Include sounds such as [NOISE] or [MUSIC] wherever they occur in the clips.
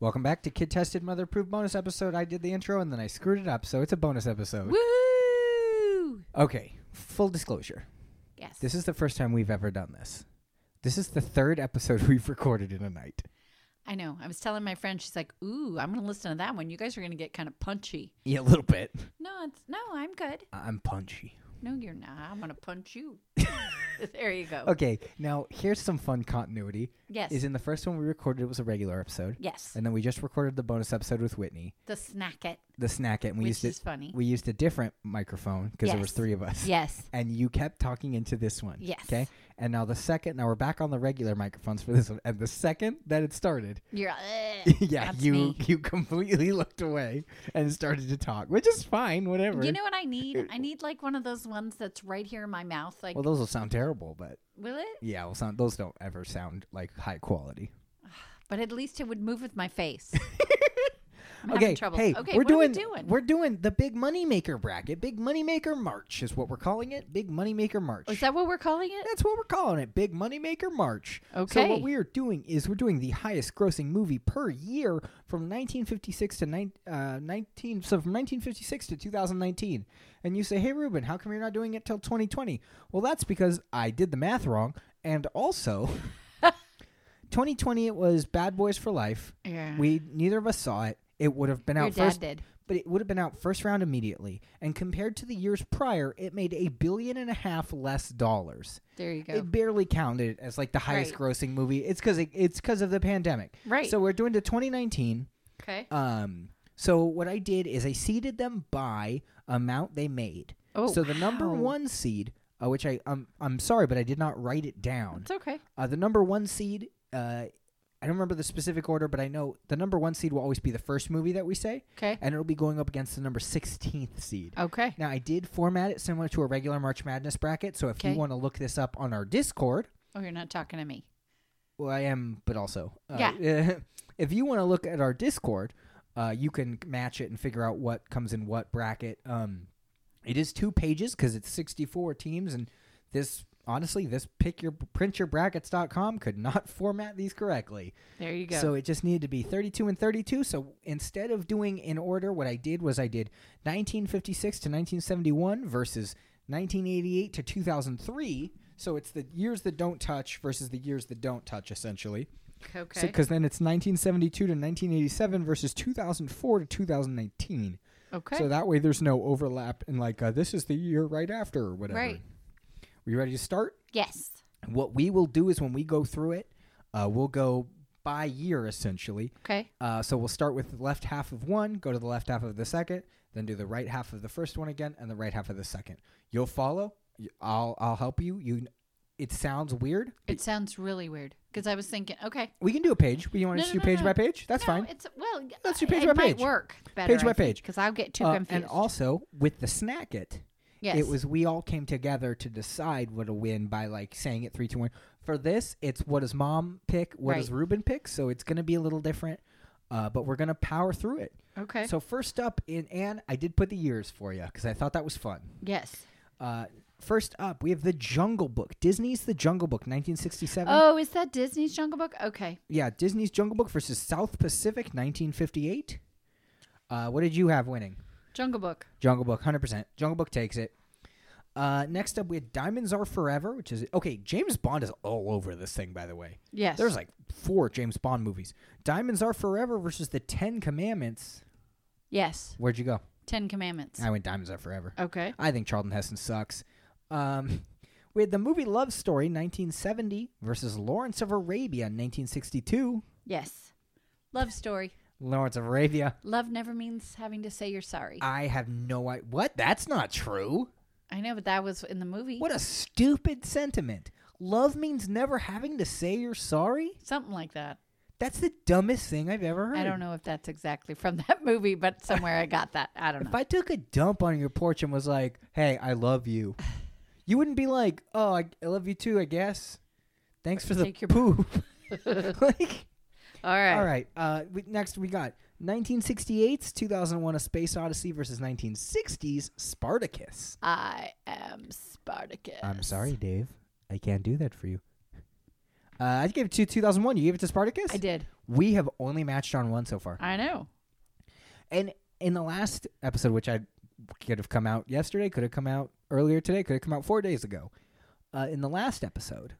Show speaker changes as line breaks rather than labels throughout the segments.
Welcome back to Kid Tested Mother Proof bonus episode. I did the intro and then I screwed it up, so it's a bonus episode.
Woo!
Okay, full disclosure.
Yes.
This is the first time we've ever done this. This is the third episode [LAUGHS] we've recorded in a night.
I know. I was telling my friend, she's like, "Ooh, I'm going to listen to that one. You guys are going to get kind of punchy."
Yeah, a little bit.
No, it's no. I'm good.
I'm punchy.
No, you're not. I'm going to punch you. [LAUGHS] there you go.
Okay, now here's some fun continuity.
Yes.
Is in the first one we recorded it was a regular episode,
yes.
and then we just recorded the bonus episode with Whitney,
The snack it,
the snack it, and we
which
used
is
it.
funny.
We used a different microphone because there was
Yes.
three of us.
yes.
and you kept talking into this one.
Yes.
Okay. And now the second, now we're back on the regular microphones for this one. And the second that it started, [LAUGHS]
You're. Uh,
yeah,
that's
you
me.
you completely [LAUGHS] looked away and started to talk, which is fine, whatever.
You know what I need?
[LAUGHS]
I need like one of those ones that's right here in my mouth. Like,
well, those will sound terrible, but
will it?
yeah, will sound those don't ever sound like high quality.
But at least it would move with
[LAUGHS]
my face. I'm
okay,
having trouble.
hey,
okay,
we're
what
doing,
are we doing?
are doing the big moneymaker bracket, big moneymaker march is what we're calling it, big moneymaker march.
Oh, is that what we're calling it?
That's what we're calling it, Big Moneymaker March. So
Okay.
what we are doing is we're doing the highest grossing movie per year from 1956 to nine uh, 19 so from 1956 to 2019. And you say, "Hey Ruben, how come you're not doing it till 2020?" Well, that's because I did the math wrong and
[LAUGHS]
also 2020 it was Bad Boys for Life.
Yeah.
We neither of us saw it. It would have been
Your
out
dad
first
did.
but it would have been out first round immediately. And compared to the years prior, it made a billion and a half less dollars.
There you go.
It barely counted as like the highest
Right.
grossing movie. It's because it, it's because of the pandemic.
Right.
So we're doing to 2019.
okay.
Um. So what I did is I seeded them by amount they made.
Oh,
so the number
wow.
one seed, uh, which I um, I'm sorry, but I did not write it down.
It's okay.
Uh, the number one seed, uh, I don't remember the specific order, but I know the number one seed will always be the first movie that we say
Okay.
and it'll be going up against the number 16th seed.
Okay.
Now, I did format it similar to a regular March Madness bracket, so if you
Okay.
want to look this up on our Discord,
Oh, you're not talking to me.
well, I am, but also, uh,
Yeah.
[LAUGHS] if you want to look at our Discord, uh, you can match it and figure out what comes in what bracket. Um, it is two pages because it's 64 teams, and this. Honestly, this pick your printyourbrackets.com could not [LAUGHS] format these correctly.
There you go.
So it just needed to be 32 and 32. So instead of doing in order, what I did was I did 1956 to 1971 versus 1988 to 2003. So it's the years that don't touch versus the years that don't touch, essentially.
okay.
Because then it's 1972 to 1987 versus 2004 to 2019.
okay.
So that way there's no overlap in like, uh, this is the year right after or whatever.
Right.
Are you ready to start?
yes.
What we will do is when we go through it, uh, we'll go by year essentially.
Okay.
Uh, so we'll start with the left half of one, go to the left half of the second, then do the right half of the first one again, and the right half of the second. You'll follow. y- I'll I'll help you. You. It sounds weird.
It sounds really weird because I was thinking, okay,
We can do a page. We want
No,
to
no,
do
no,
page
no.
by page. That's
no,
fine.
It's well,
Let's do page
it
by
might
page.
work better.
by page.
because I'll get too
Uh,
confused.
and also with the snack it,
yes,
it was we all came together to decide what a win by like saying it three two one. For this, it's what does mom pick? What does
Right.
Ruben pick? So it's going to be a little different, uh, but we're going to power through it.
okay.
So first up in Anne, I did put the years for you because I thought that was fun.
yes.
Uh, first up, we have The Jungle Book. Disney's The Jungle Book, 1967.
Oh, is that Disney's Jungle Book? Okay.
Yeah, Disney's Jungle Book versus South Pacific, 1958. Uh, what did you have winning?
Jungle Book.
Jungle Book, 100%. Jungle Book takes it. Uh, next up, we had Diamonds Are Forever, which is okay. James Bond is all over this thing, by the way.
Yes.
There's like four James Bond movies. Diamonds Are Forever versus The Ten Commandments.
yes.
Where'd you go?
Ten Commandments.
I went Diamonds Are Forever.
Okay.
I think Charlton Heston sucks. Um, [LAUGHS] we had the movie Love Story 1970 versus Lawrence of Arabia 1962.
Yes. Love story.
Lawrence of Arabia.
Love never means having to say you're sorry. I,
I have no idea. What? That's not true.
know, but that was in the movie.
What a stupid sentiment. Love means never having to say you're sorry?
Something like that.
That's the dumbest thing I've ever heard.
I don't know if that's exactly from [LAUGHS] that movie, but somewhere I got that. I don't know.
If I took a dump on your porch and was like, hey, I love you, you wouldn't be like, oh, I, I love you too, I guess. Thanks for the
Take your-
poop. [LAUGHS] like,
[LAUGHS] All right.
All right. Uh, we, next, we got 1968's 2001: A Space Odyssey versus 1960's Spartacus.
I am Spartacus.
Dave. I can't do that for you. Uh, I gave it to 2001. You gave it to Spartacus.
I did.
We have only matched on one so far.
I know.
And in the last episode, which I could have come out yesterday, could have come out earlier today, could have come out four days ago. Uh, in the last episode,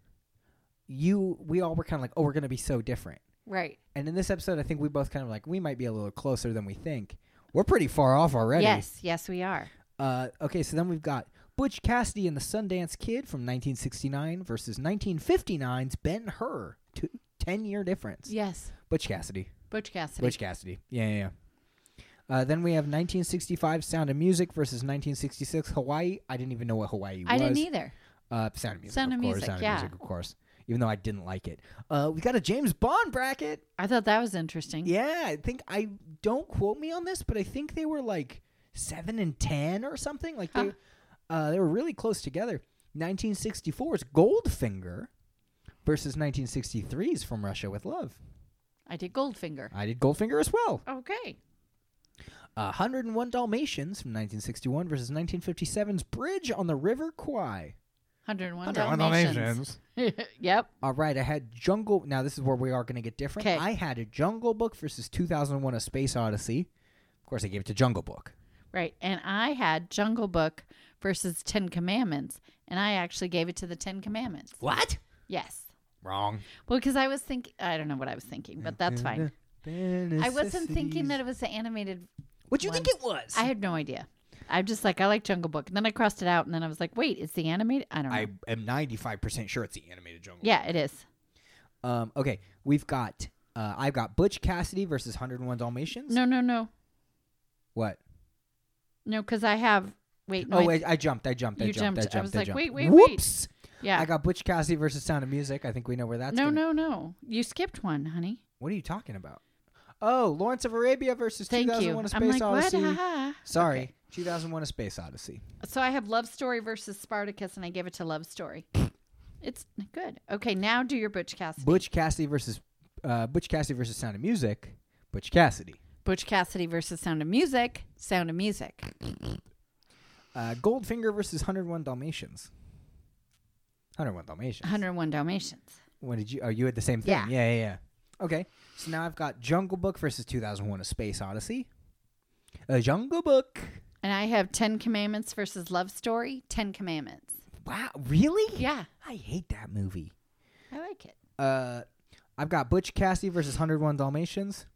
you we all were kind of like, oh, we're gonna be so different.
Right.
And in this episode, I think we both kind of like we might be a little closer than we think. We're pretty far off already.
Yes. Yes, we are.
Uh, okay, so then we've got Butch Cassidy and the Sundance Kid from 1969 versus 1959's Ben Hur. Two, 10 year difference.
Yes.
Butch Cassidy.
Butch Cassidy.
Butch Cassidy. Yeah, yeah, yeah. Uh, then we have 1965 Sound of Music versus 1966 Hawaii. I didn't even know what Hawaii
I
was.
didn't either.
Uh, Sound of Music.
Sound
of,
of
course.
Music,
Sound
yeah.
of Music, of course. Even though I didn't like it. Uh, we got a James Bond bracket.
I thought that was interesting.
Yeah, I think I don't quote me on this, but I think they were like seven and ten or something. Like they,
Huh.
uh, they were really close together. 1964's Goldfinger versus 1963's From Russia with Love.
I did Goldfinger.
I did Goldfinger as well.
Okay.
Uh, 101 Dalmatians from 1961 versus 1957's Bridge on the River Kwai.
101 Dalmatians. [LAUGHS] yep.
All right, I had Jungle. Now this is where we are going to get different.
'Kay.
I had a Jungle Book versus 2001: A Space Odyssey. Of course, I gave it to Jungle Book.
Right. And I had Jungle Book versus Ten Commandments, and I actually gave it to the Ten Commandments.
What?
Yes.
Wrong.
Well, because I was thinking, I don't know what I was thinking, but that's fine. I wasn't thinking that it was the animated.
What you
one.
think it was?
I had no idea. I'm just like, I like Jungle Book. And then I crossed it out, and then I was like, wait, it's the animated? I don't know.
I am ninety five percent sure it's the animated jungle.
yeah, it is.
Um. Okay. We've got. Uh, I've got Butch Cassidy versus 101 Dalmatians.
No, no, no.
What?
No, because I have. Wait, no.
oh,
I-
I, I jumped. I jumped. I
You
jumped. I
jumped.
jumped.
I was like,
jumped.
wait, wait, wait.
Whoops.
yeah.
I got Butch Cassidy versus Sound of Music. I think we know where that's
no,
gonna-
no, no. You skipped one, honey.
What are you talking about? Oh, Lawrence of Arabia versus
Thank
2001
you.
A
I'm
Space
like,
Odyssey.
what? Ha, ha.
Sorry. 2001 A Space Odyssey.
So I have Love Story versus Spartacus, and I give it to Love Story. it's good. Okay, now do your Butch Cassidy.
Butch Cassidy versus uh, Butch Cassidy versus Sound of Music. Butch Cassidy.
Butch Cassidy versus Sound of Music. Sound of Music.
Uh, Goldfinger versus 101 Dalmatians. 101 Dalmatians.
101 Dalmatians.
When did you? Oh, you had the same thing.
Yeah.
yeah, yeah. yeah. Okay, so now I've got Jungle Book versus 2001: A Space Odyssey. A Jungle Book.
And I have Ten Commandments versus Love Story. Ten Commandments.
Wow, really?
Yeah,
I hate that movie.
I like it.
Uh, I've got Butch Cassidy versus 101 Dalmatians.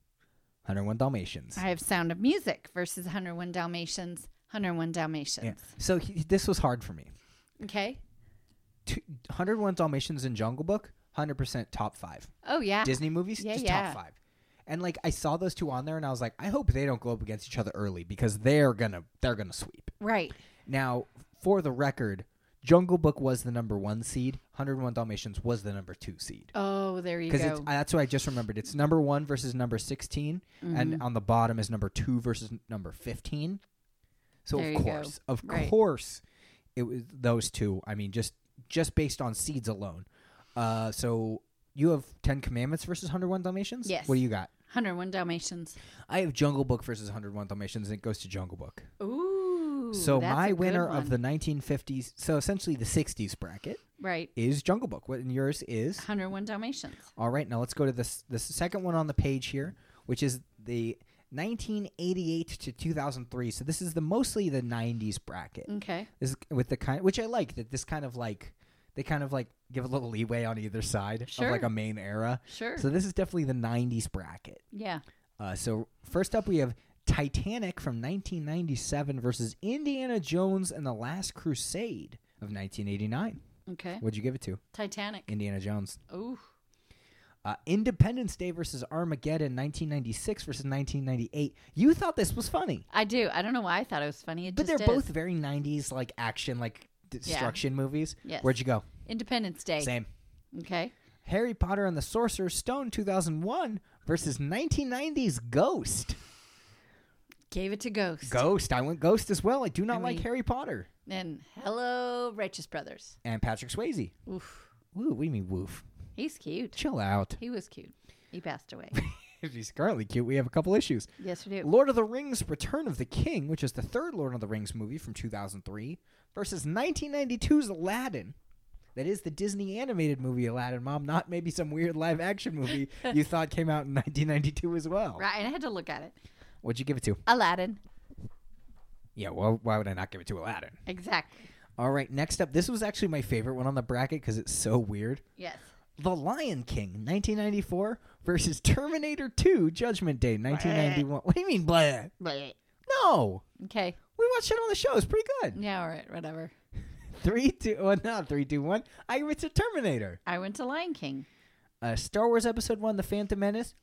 101 Dalmatians.
I have Sound of Music versus 101 Dalmatians. 101
yeah.
Dalmatians.
So he, this was hard for me.
Okay.
Two, 101 Dalmatians and Jungle Book, 100% top five.
Oh yeah.
Disney movies,
Yeah,
just
yeah.
top five. And like I saw those two on there, and I was like, I hope they don't go up against each other early because they're gonna they're gonna sweep.
Right.
Now, for the record, Jungle Book was the number one seed. 101 Dalmatians was the number two seed.
Oh, there you
Because
go.
it's I- that's what I just remembered. It's number one versus number 16,
Mm-hmm.
and on the bottom is number two versus number 15. So
There you
of
go.
course, of
Right.
course, it was those two. I mean, just just based on seeds alone. Uh, so you have Ten Commandments versus 101 Dalmatians.
Yes.
What do you got?
101 Dalmatians.
I have Jungle Book versus 101 Dalmatians, and it goes to Jungle Book.
Ooh.
so
that's a
my
good
winner of
one.
the 1950s, so essentially the 60s bracket,
right
is Jungle Book. What and yours is?
101 Dalmatians.
All right, now let's go to this the second one on the page here, which is the 1988 to 2003. So this is the mostly the 90s bracket.
Okay.
This is with the kind which I like that this kind of like they kind of like give a little leeway on either side of like
Sure.
a main era.
Sure.
So this is definitely the 90s bracket.
yeah.
Uh, so first up we have Titanic from 1997 versus Indiana Jones and the Last Crusade of 1989.
Okay.
What'd you give it to?
Titanic.
Indiana Jones.
Ooh.
Uh, Independence Day versus Armageddon, 1996 versus 1998. You thought this was funny,
I do. I don't know why I thought it was funny. It
but
just
they're both
is.
very 90s like action, like destruction movies.
Yes.
Where'd you go?
Independence Day.
Same.
Okay.
Harry Potter and the Sorcerer's Stone, 2001 versus 1990s Ghost.
Gave it to Ghost.
Ghost. I went Ghost as well. I do not
I
like
mean-
Harry Potter
and hello, Righteous Brothers.
and Patrick Swayze.
Oof.
Woo, what do you mean woof?
He's cute.
Chill out.
[LAUGHS] He was cute. He passed away.
If he's currently cute, we have a couple issues.
yes, we do.
Lord of the Rings: Return of the King, which is the third Lord of the Rings movie from 2003, versus 1992's Aladdin. That is the Disney animated movie Aladdin, Mom, not maybe some weird live action movie you thought came out in 1992 as well.
Right. And I had to look at it.
What'd you give it to?
Aladdin.
Yeah, well, why would I not give it to Aladdin?
Exactly.
All right, next up. This was actually my favorite one on the bracket because it's so weird.
Yes.
The Lion King, 1994, versus Terminator 2, Judgment Day, 1991. What do you mean, blah?
Bleh.
No,
Okay.
we watched it on the show. It's pretty good.
Yeah. All right. Whatever.
Three, two, well, not three, two, one. I give it to Terminator.
I went to Lion King.
Uh, Star Wars Episode One: The Phantom Menace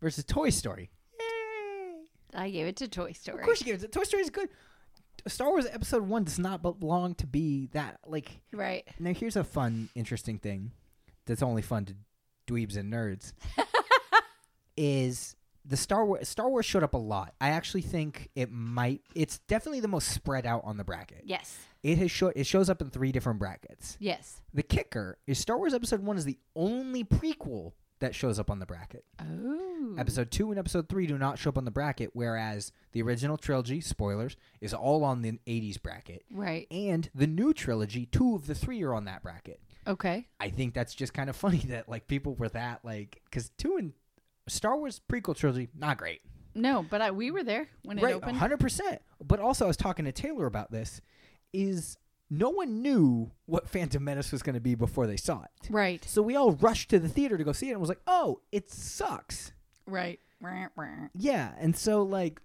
versus Toy Story. Yay!
I gave it to Toy Story.
Of course, you give it. to- Toy Story is good. Star Wars Episode One does not belong to be that. Like,
Right.
now here's a fun, interesting thing that's only fun to dweebs and nerds. is the Star Wars Star Wars showed up a lot. I actually think it might. It's definitely the most spread out on the bracket.
Yes.
It has show, it shows up in three different brackets.
Yes.
The kicker is Star Wars Episode One is the only prequel that shows up on the bracket.
Oh.
Episode Two and Episode Three do not show up on the bracket, whereas the original trilogy (spoilers) is all on the '80s bracket,
Right.
and the new trilogy, two of the three are on that bracket.
Okay.
I think that's just kind of [LAUGHS] funny that like people were that like because two and Star Wars prequel trilogy not great.
No, but I, we were there when it
Right,
opened.
hundred percent. But also, I was talking to Taylor about this. Is no one knew what Phantom Menace was going to be before they saw it,
Right.
so we all rushed to the theater to go see it, and was like, "Oh, it sucks."
Right. Right. Right.
Yeah, and so like,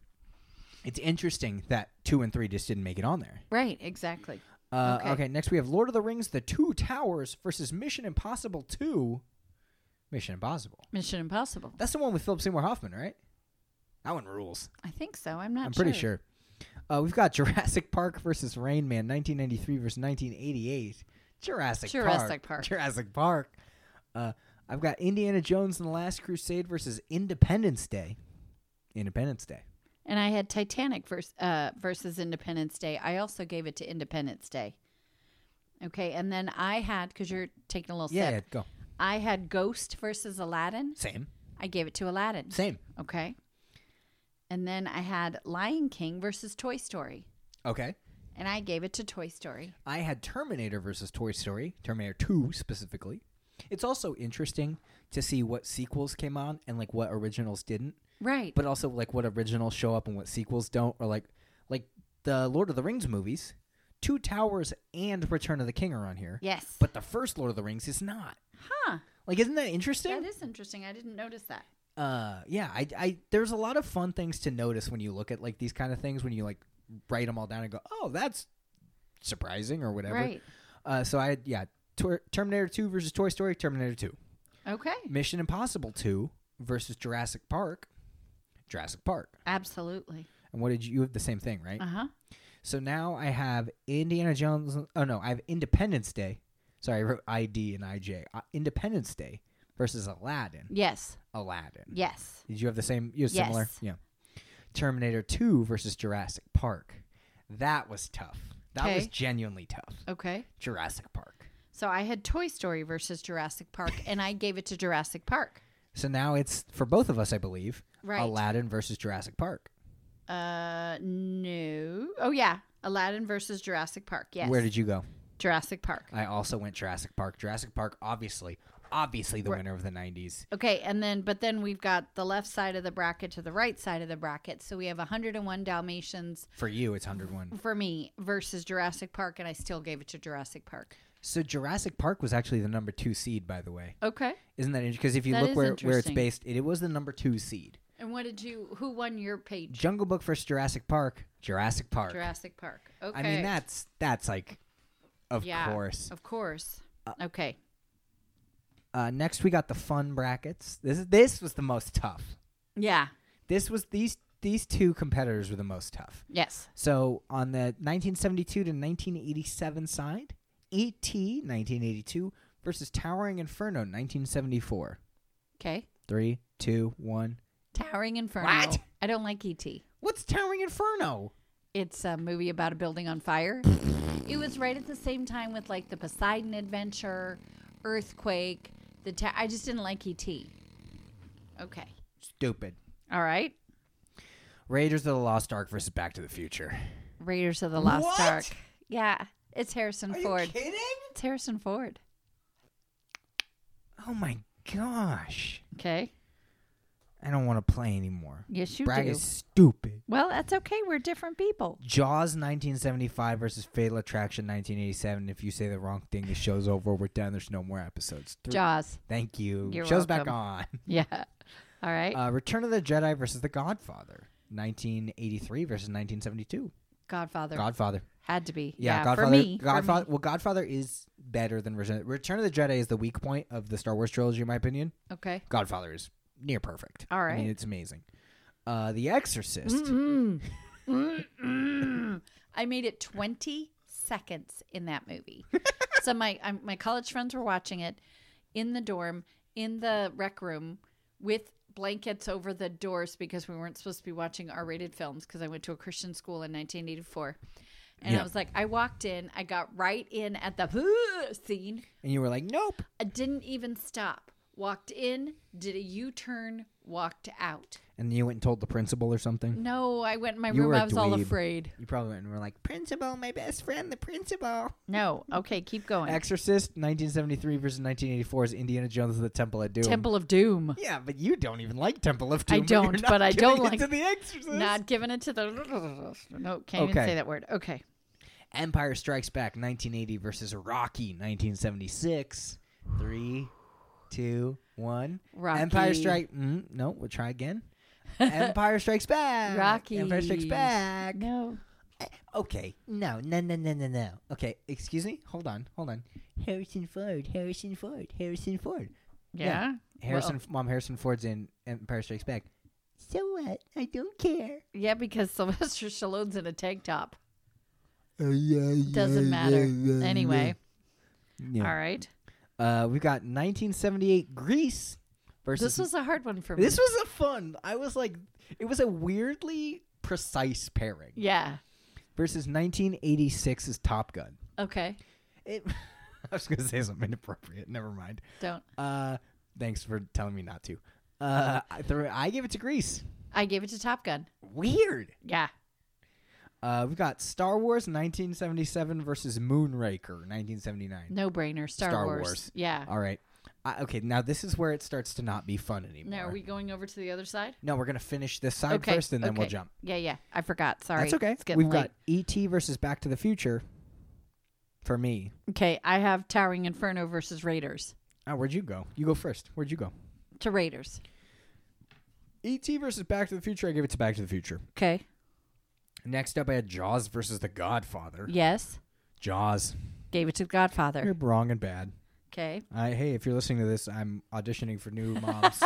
it's interesting that two and three just didn't make it on there.
Right. Exactly.
Uh, okay.
Okay.
next we have Lord of the Rings: The Two Towers versus Mission Impossible Two. Mission Impossible.
Mission Impossible.
That's the one with Philip Seymour Hoffman, right? That one rules.
I think so. I'm not.
I'm pretty sure. Uh, we've got Jurassic [LAUGHS] Park versus Rain Man, 1993 versus 1988. Jurassic,
Jurassic Park.
Jurassic Park. Uh, I've got Indiana Jones and the Last Crusade versus Independence Day. Independence Day.
And I had Titanic versus, uh, versus Independence Day. I also gave it to Independence Day. Okay, and then I had because you're taking a little
Yeah,
sip.
yeah, go.
I had Ghost versus Aladdin.
Same.
I gave it to Aladdin.
Same.
Okay. And then I had Lion King versus Toy Story,
Okay.
and I gave it to Toy Story.
I had Terminator versus Toy Story, Terminator 2 specifically. It's also interesting to see what sequels came on and like what originals didn't.
Right.
but also like what originals show up and what sequels don't or like like the lord of the rings movies two towers and return of the king are on here
yes.
but the first lord of the rings is not
huh.
like isn't that interesting
That is interesting. I didn't notice that.
uh yeah I, I there's a lot of fun things to notice when you look at like these kind of things when you like write them all down and go oh that's surprising or whatever
Right.
uh so i yeah Tor- terminator 2 versus toy story terminator 2
Okay.
mission impossible 2 versus jurassic park jurassic park
Absolutely.
and what did you, you have the same thing right
Uh huh.
So now I have Indiana Jones. Oh no, I have Independence Day. Sorry, I wrote ID and IJ. Uh, Independence Day versus Aladdin.
Yes.
Aladdin.
Yes.
Did you have the same? You have similar.
Yes.
Yeah. Terminator Two versus Jurassic Park. That was tough. That was
Okay.
genuinely tough.
Okay.
Jurassic Park.
So I had Toy Story versus Jurassic Park, and I gave it to Jurassic Park.
So now it's for both of us, I believe.
Right.
Aladdin versus Jurassic Park.
Uh, no. Oh yeah, Aladdin versus Jurassic Park. Yes.
Where did you go?
Jurassic Park?
I also went Jurassic Park. Jurassic Park, obviously, obviously the winner of the '90s.
Okay, and then but then we've got the left side of the bracket to the right side of the bracket. So we have 101 Dalmatians
For you, it's 101.
for me versus Jurassic Park, and I still gave it to Jurassic Park.
So Jurassic Park was actually the number two seed, by the way.
Okay.
Isn't that interesting? Because if you
That
look
is
where, where it's
interesting.
based, it, it was the number two seed.
And what did you? Who won your page?
Jungle Book versus Jurassic Park. Jurassic Park.
Jurassic Park. Okay.
I mean, that's that's like, of
yeah,
course.
Of course. okay.
Uh, next, we got the fun brackets. This is this was the most tough.
Yeah.
This was these these two competitors were the most tough.
Yes.
So on the 1972 to 1987 side, E ET 1982 versus Towering Inferno 1974.
Okay.
Three, two, one.
Towering Inferno.
What?
I don't like E ET.
What's Towering Inferno?
It's a movie about a building on fire. it was right at the same time with like the Poseidon Adventure, Earthquake. The ta- I just didn't like ET. Okay,
Stupid.
all right.
Raiders of the Lost Ark versus Back to the Future.
Raiders of the Lost
What?
Ark. Yeah, it's Harrison Ford.
kidding?
It's Harrison Ford.
Oh my gosh.
Okay.
I don't want to play anymore.
Yes, you
Bragg
do.
is stupid.
Well, that's okay. We're different people.
Jaws 1975 versus Fatal Attraction 1987. If you say the wrong thing, the show's over. We're done. There's no more episodes. Three-
Jaws.
Thank you.
You're
show's back
welcome.
on.
Yeah. [LAUGHS] All right.
Uh, Return of the Jedi versus The Godfather 1983 versus 1972.
Godfather.
Godfather.
Had to be.
Yeah,
Yeah,
Godfather.
for me. for
Godfather.
me.
Well, Godfather is better than Return. Return of the Jedi is the weak point of the Star Wars trilogy, in my opinion.
Okay.
Godfather is near perfect.
All
I mean,
right.
it's amazing. Uh, the Exorcist.
Mm-mm. Mm-mm. Mm-hmm. [LAUGHS] I made it 20 seconds in that movie. so my [LAUGHS] i my college friends were watching it in the dorm, in the rec room, with blankets over the doors because we weren't supposed to be watching R-rated films because I went to a Christian school in 1984. And
Yeah.
I was like, I walked in, I got right in at the [LAUGHS] scene.
And you were like, nope.
I didn't even stop. Walked in, did a U-turn, walked out.
And you went and told the principal or something.
No, I went in my
You
room.
were a
I was all
dweeb.
afraid.
You probably went and were like, principal, my best friend, the principal.
No. Okay, keep going.
Exorcist, 1973 versus 1984 is Indiana Jones and the Temple of Doom.
Temple of Doom.
Yeah, but you don't even like Temple of Doom.
I
and you're
don't,
not
but I don't
giving it
like-
to the Exorcist.
Not giving it to the. No, can't even
Okay.
say that word. Okay.
Empire Strikes Back 1980 versus Rocky 1976. Three, two, one.
Rocky.
Empire Strike. Mm, no, we'll try [LAUGHS] again. Empire Strikes Back.
Rocky.
Empire Strikes Back.
No.
Okay. No, no, no, no, no, no. Okay. Excuse me. Hold on. Hold on. Harrison Ford. Harrison Ford. Harrison Ford.
Yeah.
Harrison. Mom. Harrison Ford's in Empire Strikes Back. So what? I don't care.
Yeah, because Sylvester Stallone's in a tank top.
Uh, yeah, yeah,
Doesn't matter.
yeah, yeah,
Anyway.
yeah.
All right.
Uh, we've got 1978 Greece versus.
This was a hard one for me.
this was a fun. I was like, it was a weirdly precise pairing
Yeah.
versus 1986's Top Gun.
Okay.
It. [LAUGHS] I was gonna say something inappropriate. Never mind.
Don't.
Uh, thanks for telling me not to. Uh, I, threw- I give it to Greece.
I gave it to Top Gun.
Weird.
Yeah.
Uh, we've got Star Wars 1977 versus Moonraker 1979.
No brainer. Star,
Star
Wars.
Wars.
Yeah.
All right. I, okay, now this is where it starts to not be fun anymore.
Now, are we going over to the other side?
No, we're gonna finish this side first, and then we'll
okay.
jump.
Yeah, yeah. I forgot. Sorry.
That's okay.
It's getting
We've
late.
got E.T. versus Back to the Future. For me,
Okay, I have Towering Inferno versus Raiders.
oh, where'd you go? You go first. Where'd you go?
To Raiders.
E.T. versus Back to the Future. I give it to Back to the Future.
Okay.
Next up, I had Jaws versus The Godfather.
Yes.
Jaws.
Gave it to The Godfather.
You're wrong and bad.
Okay.
I hey, if you're listening to this, I'm auditioning for
[LAUGHS]
new moms.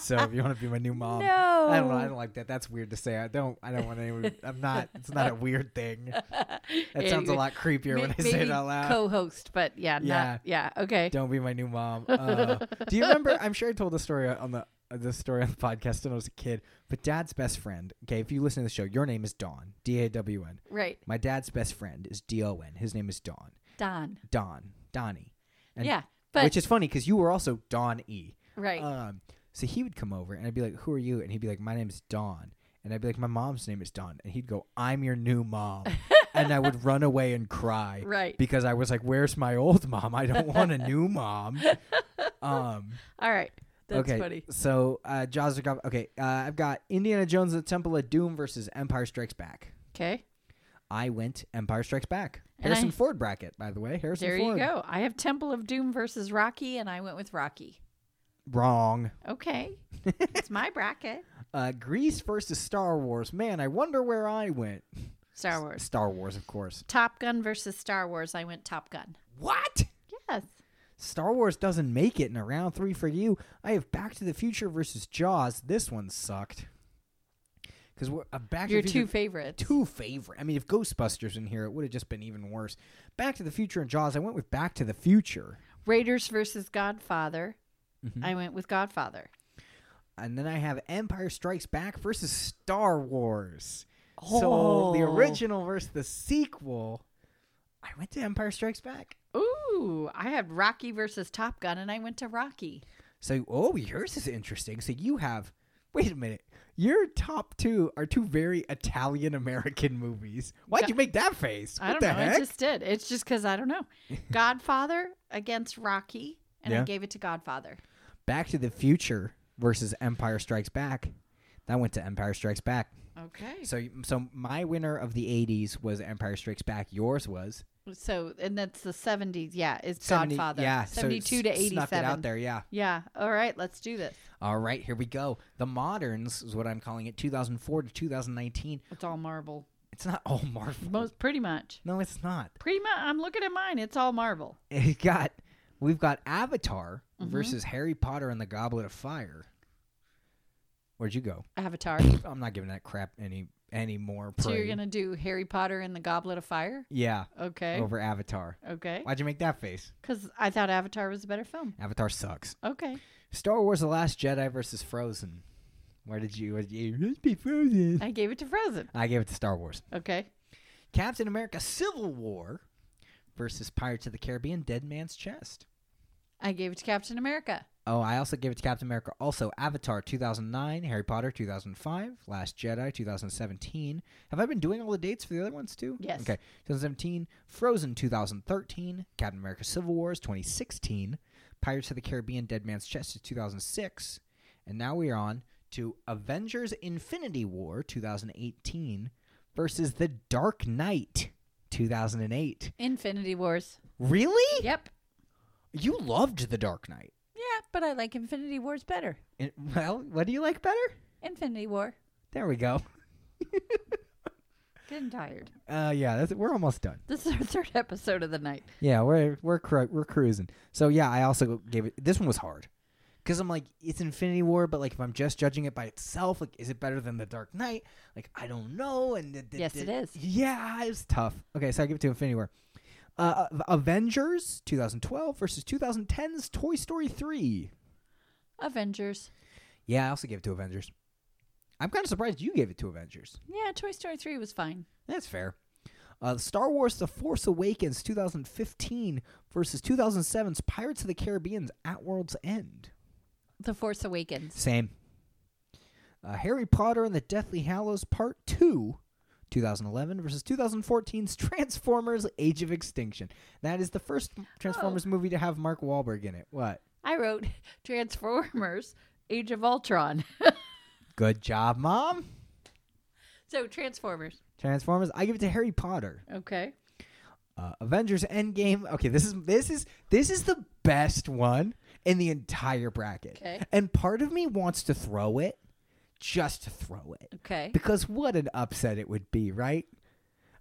so if you want to be my new mom,
No.
I don't know. I don't like that. That's weird to say. I don't. I don't want anyone. I'm not. It's not a weird
[LAUGHS]
thing. That sounds a lot creepier when I say it out loud.
Co-host, but yeah,
Yeah.
not yeah. [LAUGHS] Okay.
Don't be my new mom. Uh, do you remember? I'm sure I told the story on the uh, this story on the podcast when I was a kid. But dad's best friend. Okay, if you listen to the show, your name is Don. D A W N.
Right.
My dad's best friend is D O N. His name is Don.
Don.
Don. Donnie. And-
yeah. But
which is funny because you were also Don E.
right.
Um, so he would come over and I'd be like, "Who are you?" And he'd be like, "My name's Don." And I'd be like, "My mom's name is Don." And he'd go, "I'm your new
[LAUGHS]
mom." and I would run away and cry
Right.
because I was like, "Where's my old mom? I don't want a new
[LAUGHS]
mom." um,
All right. That's
okay.
funny.
So uh, Jaws. are gone- Okay, uh, I've got Indiana Jones and the Temple of Doom versus Empire Strikes Back.
Okay.
I went Empire Strikes Back.
And
Harrison
I-
Ford bracket, by the way. Harrison
There
Ford.
you go. I have Temple of Doom versus Rocky, and I went with Rocky.
Wrong.
Okay.
[LAUGHS]
it's my bracket.
Uh, Greece versus Star Wars. Man, I wonder where I went.
Star Wars.
Star Wars, of course.
Top Gun versus Star Wars. I went Top Gun.
What?
Yes.
Star Wars doesn't make it in a round three for you. I have Back to the Future versus Jaws. This one sucked. Because we're uh, Back
Your
to the
two
Future.
favorites.
Two favorite. I mean, if Ghostbusters in here, it would have just been even worse. Back to the Future and Jaws. I went with Back to the Future,
Raiders versus Godfather.
Mhm.
I went with Godfather.
and then I have Empire Strikes Back versus Star Wars. So the
Oh.
original versus the sequel. I went to Empire Strikes Back.
Ooh, I had Rocky versus Top Gun, and I went to Rocky.
So, oh, yours is interesting. So you have, wait a minute, Your top two are two very Italian American movies. Why'd
Go-
you make that face?
I
What
don't
the
know.
heck?
I just did. It's just because I
[LAUGHS]
don't know. Godfather against Rocky, and
Yeah.
I gave it to Godfather.
Back to the Future versus Empire Strikes Back. That went to Empire Strikes Back.
Okay.
So, so my winner of the '80s was Empire Strikes Back. Yours was
So, and that's the 70s. Yeah, it's
70
Godfather.
Yeah, so
72 to
s-
87.
Snuck it out there. Yeah.
Yeah. All right, let's do this.
All right, here we go. The moderns is what I'm calling it. 2004 to 2019.
It's all Marvel.
It's not all [LAUGHS] Marvel.
Most pretty much.
no, it's not. [LAUGHS]
Pretty much. I'm looking at mine. It's all Marvel.
It got we've got Avatar
Mm-hmm.
versus Harry Potter and the Goblet of Fire. Where'd you
[LAUGHS]
go?
Avatar.
I'm not giving that crap any any more.
so you're
praise.
gonna do Harry Potter and the Goblet of Fire?
yeah
Okay.
over Avatar.
Okay.
Why'd you make that face?
Because I thought Avatar was a better film.
Avatar sucks.
Okay.
Star Wars: The Last Jedi versus Frozen. Where did you? Where did you let's be Frozen.
I gave it to Frozen.
I gave it to Star Wars.
Okay.
Captain America: Civil War versus Pirates of the Caribbean: Dead Man's Chest.
I gave it to Captain America.
Oh, I also gave it to Captain America. Also, Avatar 2009, Harry Potter 2005, Last Jedi 2017. Have I been doing all the dates for the other ones too?
Yes.
Okay. 2017, Frozen 2013, Captain America Civil War is 2016, Pirates of the Caribbean Dead Man's Chest is 2006, and now we are on to Avengers Infinity War 2018 versus The Dark Knight 2008.
Infinity Wars.
Really?
Yep.
You loved The Dark Knight.
Yeah, but I like Infinity Wars better.
And- well, what do you like better?
Infinity War.
There we go.
Getting tired.
Uh, yeah, that's, we're almost done.
This is our [LAUGHS] third episode of the night.
Yeah, we're we're cru- we're cruising. So yeah, I also gave it. This one was hard because I'm like, it's Infinity War, but like if I'm just judging it by itself, like is it better than The Dark Knight? Like I don't know. And the, the,
Yes, it
the-
is.
Yeah, it's tough. Okay, so I give it to Infinity War. Uh, A- Avengers 2012 versus 2010's Toy Story 3.
Avengers.
Yeah, I also gave it to Avengers. I'm kind of surprised you gave it to Avengers.
Yeah, Toy Story 3 was fine.
That's fair. Uh, Star Wars The Force Awakens 2015 versus 2007's Pirates of the Caribbean's At World's End.
The Force Awakens.
Same. Uh, Harry Potter and the Deathly Hallows Part 2 2011 versus 2014's Transformers Age of Extinction. That is the first Transformers movie to have Mark Wahlberg in it. What?
I wrote [LAUGHS] Transformers Age of Ultron. [LAUGHS]
Good job, Mom.
so Transformers.
Transformers. I give it to Harry Potter.
Okay.
Uh, Avengers Endgame. Okay, this is this is this is the best one in the entire bracket.
Okay.
And part of me wants to throw it, just to throw it,
Okay.
because what an upset it would be, right?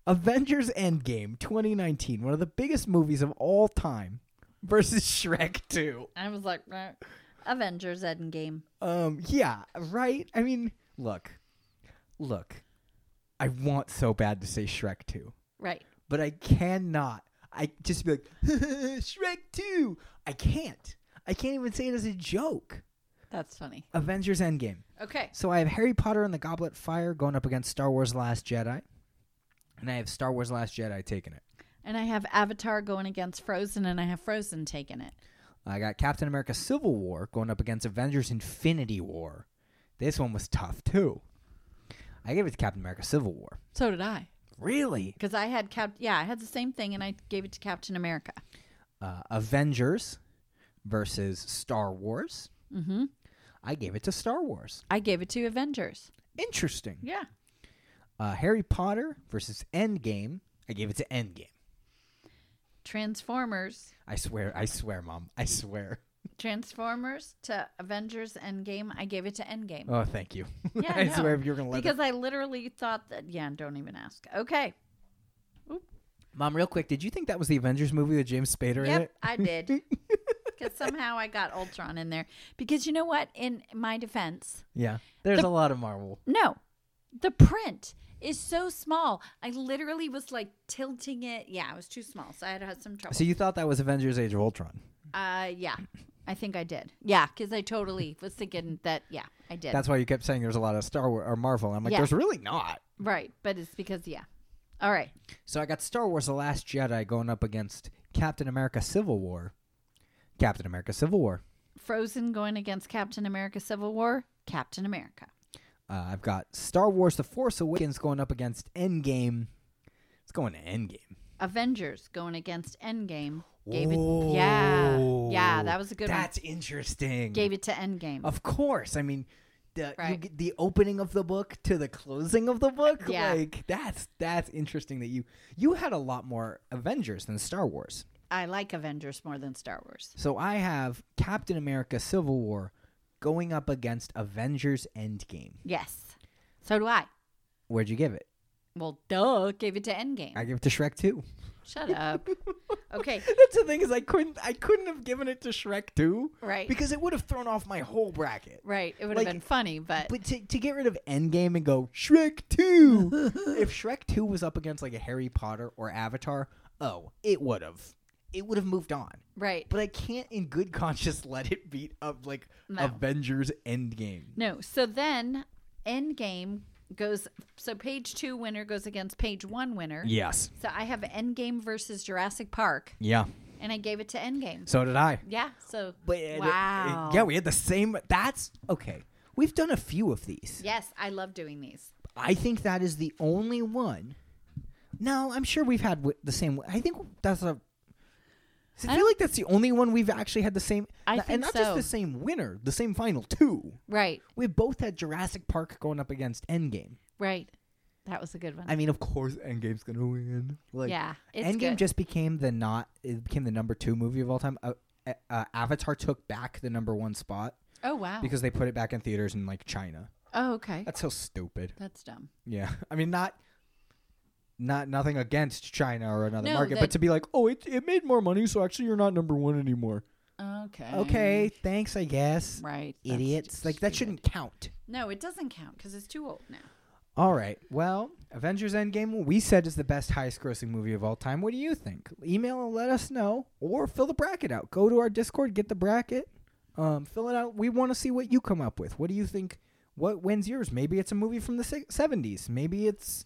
Avengers Endgame 2019, one of the biggest movies of all time, versus [LAUGHS] Shrek 2.
I was like, "Meh." Avengers Endgame.
Um, yeah, right. I mean, look, look, I want so bad to say Shrek 2.
Right.
but I cannot. I just be like [LAUGHS] Shrek Two. I can't. I can't even say it as a joke.
That's funny.
Avengers Endgame.
Okay.
So I have Harry Potter and the Goblet of Fire going up against Star Wars: The Last Jedi, and I have Star Wars: The Last Jedi taking it.
And I have Avatar going against Frozen, and I have Frozen taking it.
I got Captain America: Civil War going up against Avengers: Infinity War. This one was tough too. I gave it to Captain America: Civil War.
So did I.
Really?
Because I had Cap. Yeah, I had the same thing, and I gave it to Captain America.
Uh, Avengers versus Star Wars.
Mm-hmm.
I gave it to Star Wars.
I gave it to Avengers.
Interesting.
Yeah.
uh, Harry Potter versus Endgame. I gave it to Endgame.
Transformers.
I swear, I swear, Mom, I swear.
Transformers to Avengers Endgame. I gave it to Endgame.
Oh, thank you. [LAUGHS]
Yeah,
I
no.
swear, if you're gonna let
because I literally thought that. Yeah, don't even ask. Okay.
it- Mom, real quick, did you think that was the Avengers movie with James Spader in
Yep,
it?
I did. Because somehow I got Ultron in there. Because you know what? In my defense,
[LAUGHS] Yeah, there's a lot of Marvel.
No, the print is so small. I literally was like tilting it. Yeah, it was too small, so I had had some trouble.
So you thought that was Avengers: Age of Ultron?
uh, yeah, I think I did. Yeah, because I totally was thinking that. Yeah, I did.
That's why you kept saying there's a lot of Star Wars or Marvel. And I'm like,
Yeah.
there's really not.
right, but it's because yeah. All right,
So I got Star Wars: The Last Jedi going up against Captain America: Civil War. Captain America: Civil War.
Frozen going against Captain America: Civil War. Captain America.
Uh, I've got Star Wars: The Force Awakens going up against Endgame. It's going to Endgame.
Avengers going against Endgame. Gave it, yeah, yeah,
Whoa.
that was a good
That's interesting.
one. Gave it to Endgame.
Of course. I mean, the you
Right.
get the opening of the book to the closing of the book,
Yeah.
like that's that's interesting that you you had a lot more Avengers than Star Wars.
I like Avengers more than Star Wars.
So I have Captain America Civil War going up against Avengers Endgame.
Yes, so do I.
Where'd you give it?
Well, duh, gave it to Endgame.
I give it to Shrek 2. [LAUGHS]
Shut up. Okay,
That's the thing is I couldn't I couldn't have given it to Shrek 2
right,
because it would have thrown off my whole bracket.
right. It would
like-
have been funny, but,
But to, to get rid of Endgame and go Shrek 2.
[LAUGHS]
if Shrek 2 was up against like a Harry Potter or Avatar, oh, it would have. It would have moved on.
right.
But I can't in good conscience [LAUGHS] let it beat up like
No.
Avengers Endgame.
No. So then Endgame goes so page 2 winner goes against page 1 winner.
Yes.
So I have Endgame versus Jurassic Park
Yeah.
and I gave it to Endgame.
So did I.
Yeah. So
But it- it-
wow.
yeah, we had the same that's okay. We've done a few of these.
Yes, I love doing these.
I think that is the only one. No, I'm sure we've had w- the same. I think that's a. I,
I
feel like that's the only one we've actually had the same.
I
and
think
not just
so.
the same winner, the same final two.
Right.
We both had Jurassic Park going up against Endgame.
Right. That was a good one.
I mean, of course, Endgame's gonna win. Like,
Uh-huh. yeah. It's
Endgame
good.
just became the not. It became the number two movie of all time. Uh, uh, uh, Avatar took back the number one spot
oh wow.
because they put it back in theaters in like China.
oh okay.
That's so stupid.
That's dumb.
Yeah, [LAUGHS] I mean not not nothing against China or another
No,
market,
that-
but to be like, oh, it it made more money, so actually you're not number one anymore.
Okay.
Okay, thanks, I guess.
Right. That's
Idiots,
just
like that
stupid.
shouldn't count.
No, it doesn't count cuz it's too old now.
All right, well, Avengers Endgame, we said is the best highest-grossing movie of all time. What do you think? Email and let us know, or fill the bracket out. Go to our Discord, get the bracket, um, fill it out. We want to see what you come up with. What do you think? What wins yours? Maybe it's a movie from the si- '70s. Maybe it's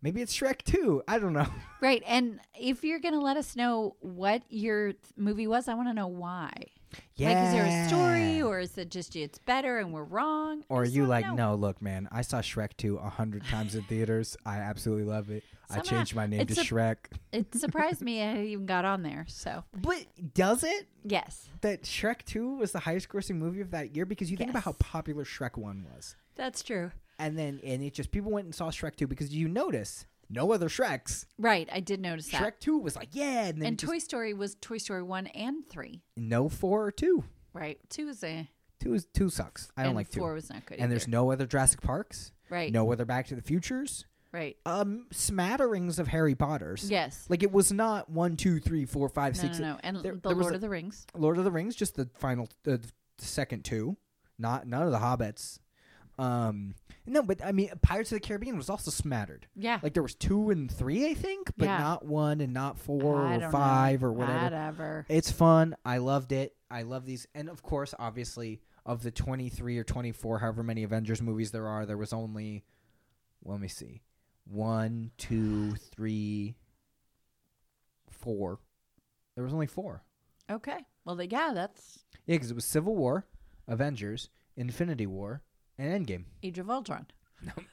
maybe it's Shrek 2. I don't know.
Right. And if you're going to let us know what your th- movie was, I want to know why. [LAUGHS] Like, is there a story or is it just it's better and we're wrong? I
Or are
just
you
wanna
like,
know.
no, look, man, I saw Shrek 2 a hundred times in theaters. I absolutely love it. I
Somehow-
changed my name to
it's a-
Shrek.
It
[LAUGHS]
surprised me I even got on there. So,
But does it?
yes,
That Shrek 2 was the highest grossing movie of that year because you think about how
Yes.
popular Shrek 1 was.
that's true.
And then, and it just, people went and saw Shrek 2 because you notice no other Shreks.
Right. I did notice that.
Shrek 2 was like, yeah. And then
and
just
Toy Story was Toy Story 1 and 3.
no 4 or 2.
Right. 2 was a.
2 is 2 sucks. I don't
and
like 2.
4 was not good.
and there's
either.
no other Jurassic Parks.
Right.
No other Back to the Futures.
Right.
Um, smatterings of Harry Potter's.
Yes.
Like it was not one, two, three, four, five,
No, no,
six.
no. And
there-
The
there was
Lord
a-
of the Rings.
Lord of the Rings, just the final, the, the second two, not none of the Hobbits. Um, no, but I mean, Pirates of the Caribbean was also smattered.
Yeah.
Like there was two and three, I think, but
Yeah.
not one and not four
I
or
don't know.
five or whatever.
Whatever.
It's fun. I loved it. I love these, and of course, obviously, of the twenty-three or twenty-four, however many Avengers movies there are, there was only, let me see, one, two, three, four. There was only four.
Okay. Well, they, yeah, that's
Yeah, because it was Civil War, Avengers, Infinity War, and
[LAUGHS]
Endgame.
Age of Ultron.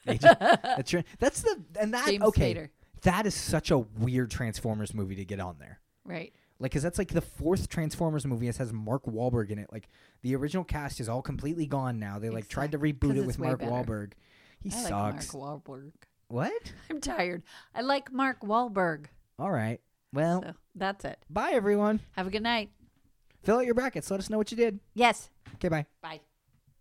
that's, right. that's the and that
James
okay.
Spader.
That is such a weird Transformers movie to get on there.
Right.
Like, cause that's like the fourth Transformers movie that has Mark Wahlberg in it. Like, the original cast is all completely gone now. They like tried to reboot
'Cause
it
it's
with
way
Mark
better.
Wahlberg. He
I
sucks.
like Mark Wahlberg. [LAUGHS]
what?
I'm tired. I like Mark Wahlberg.
All right. Well,
[LAUGHS] So that's it.
bye everyone.
Have a good night.
Fill out your brackets. Let us know what you did.
Yes.
Okay, bye.
Bye.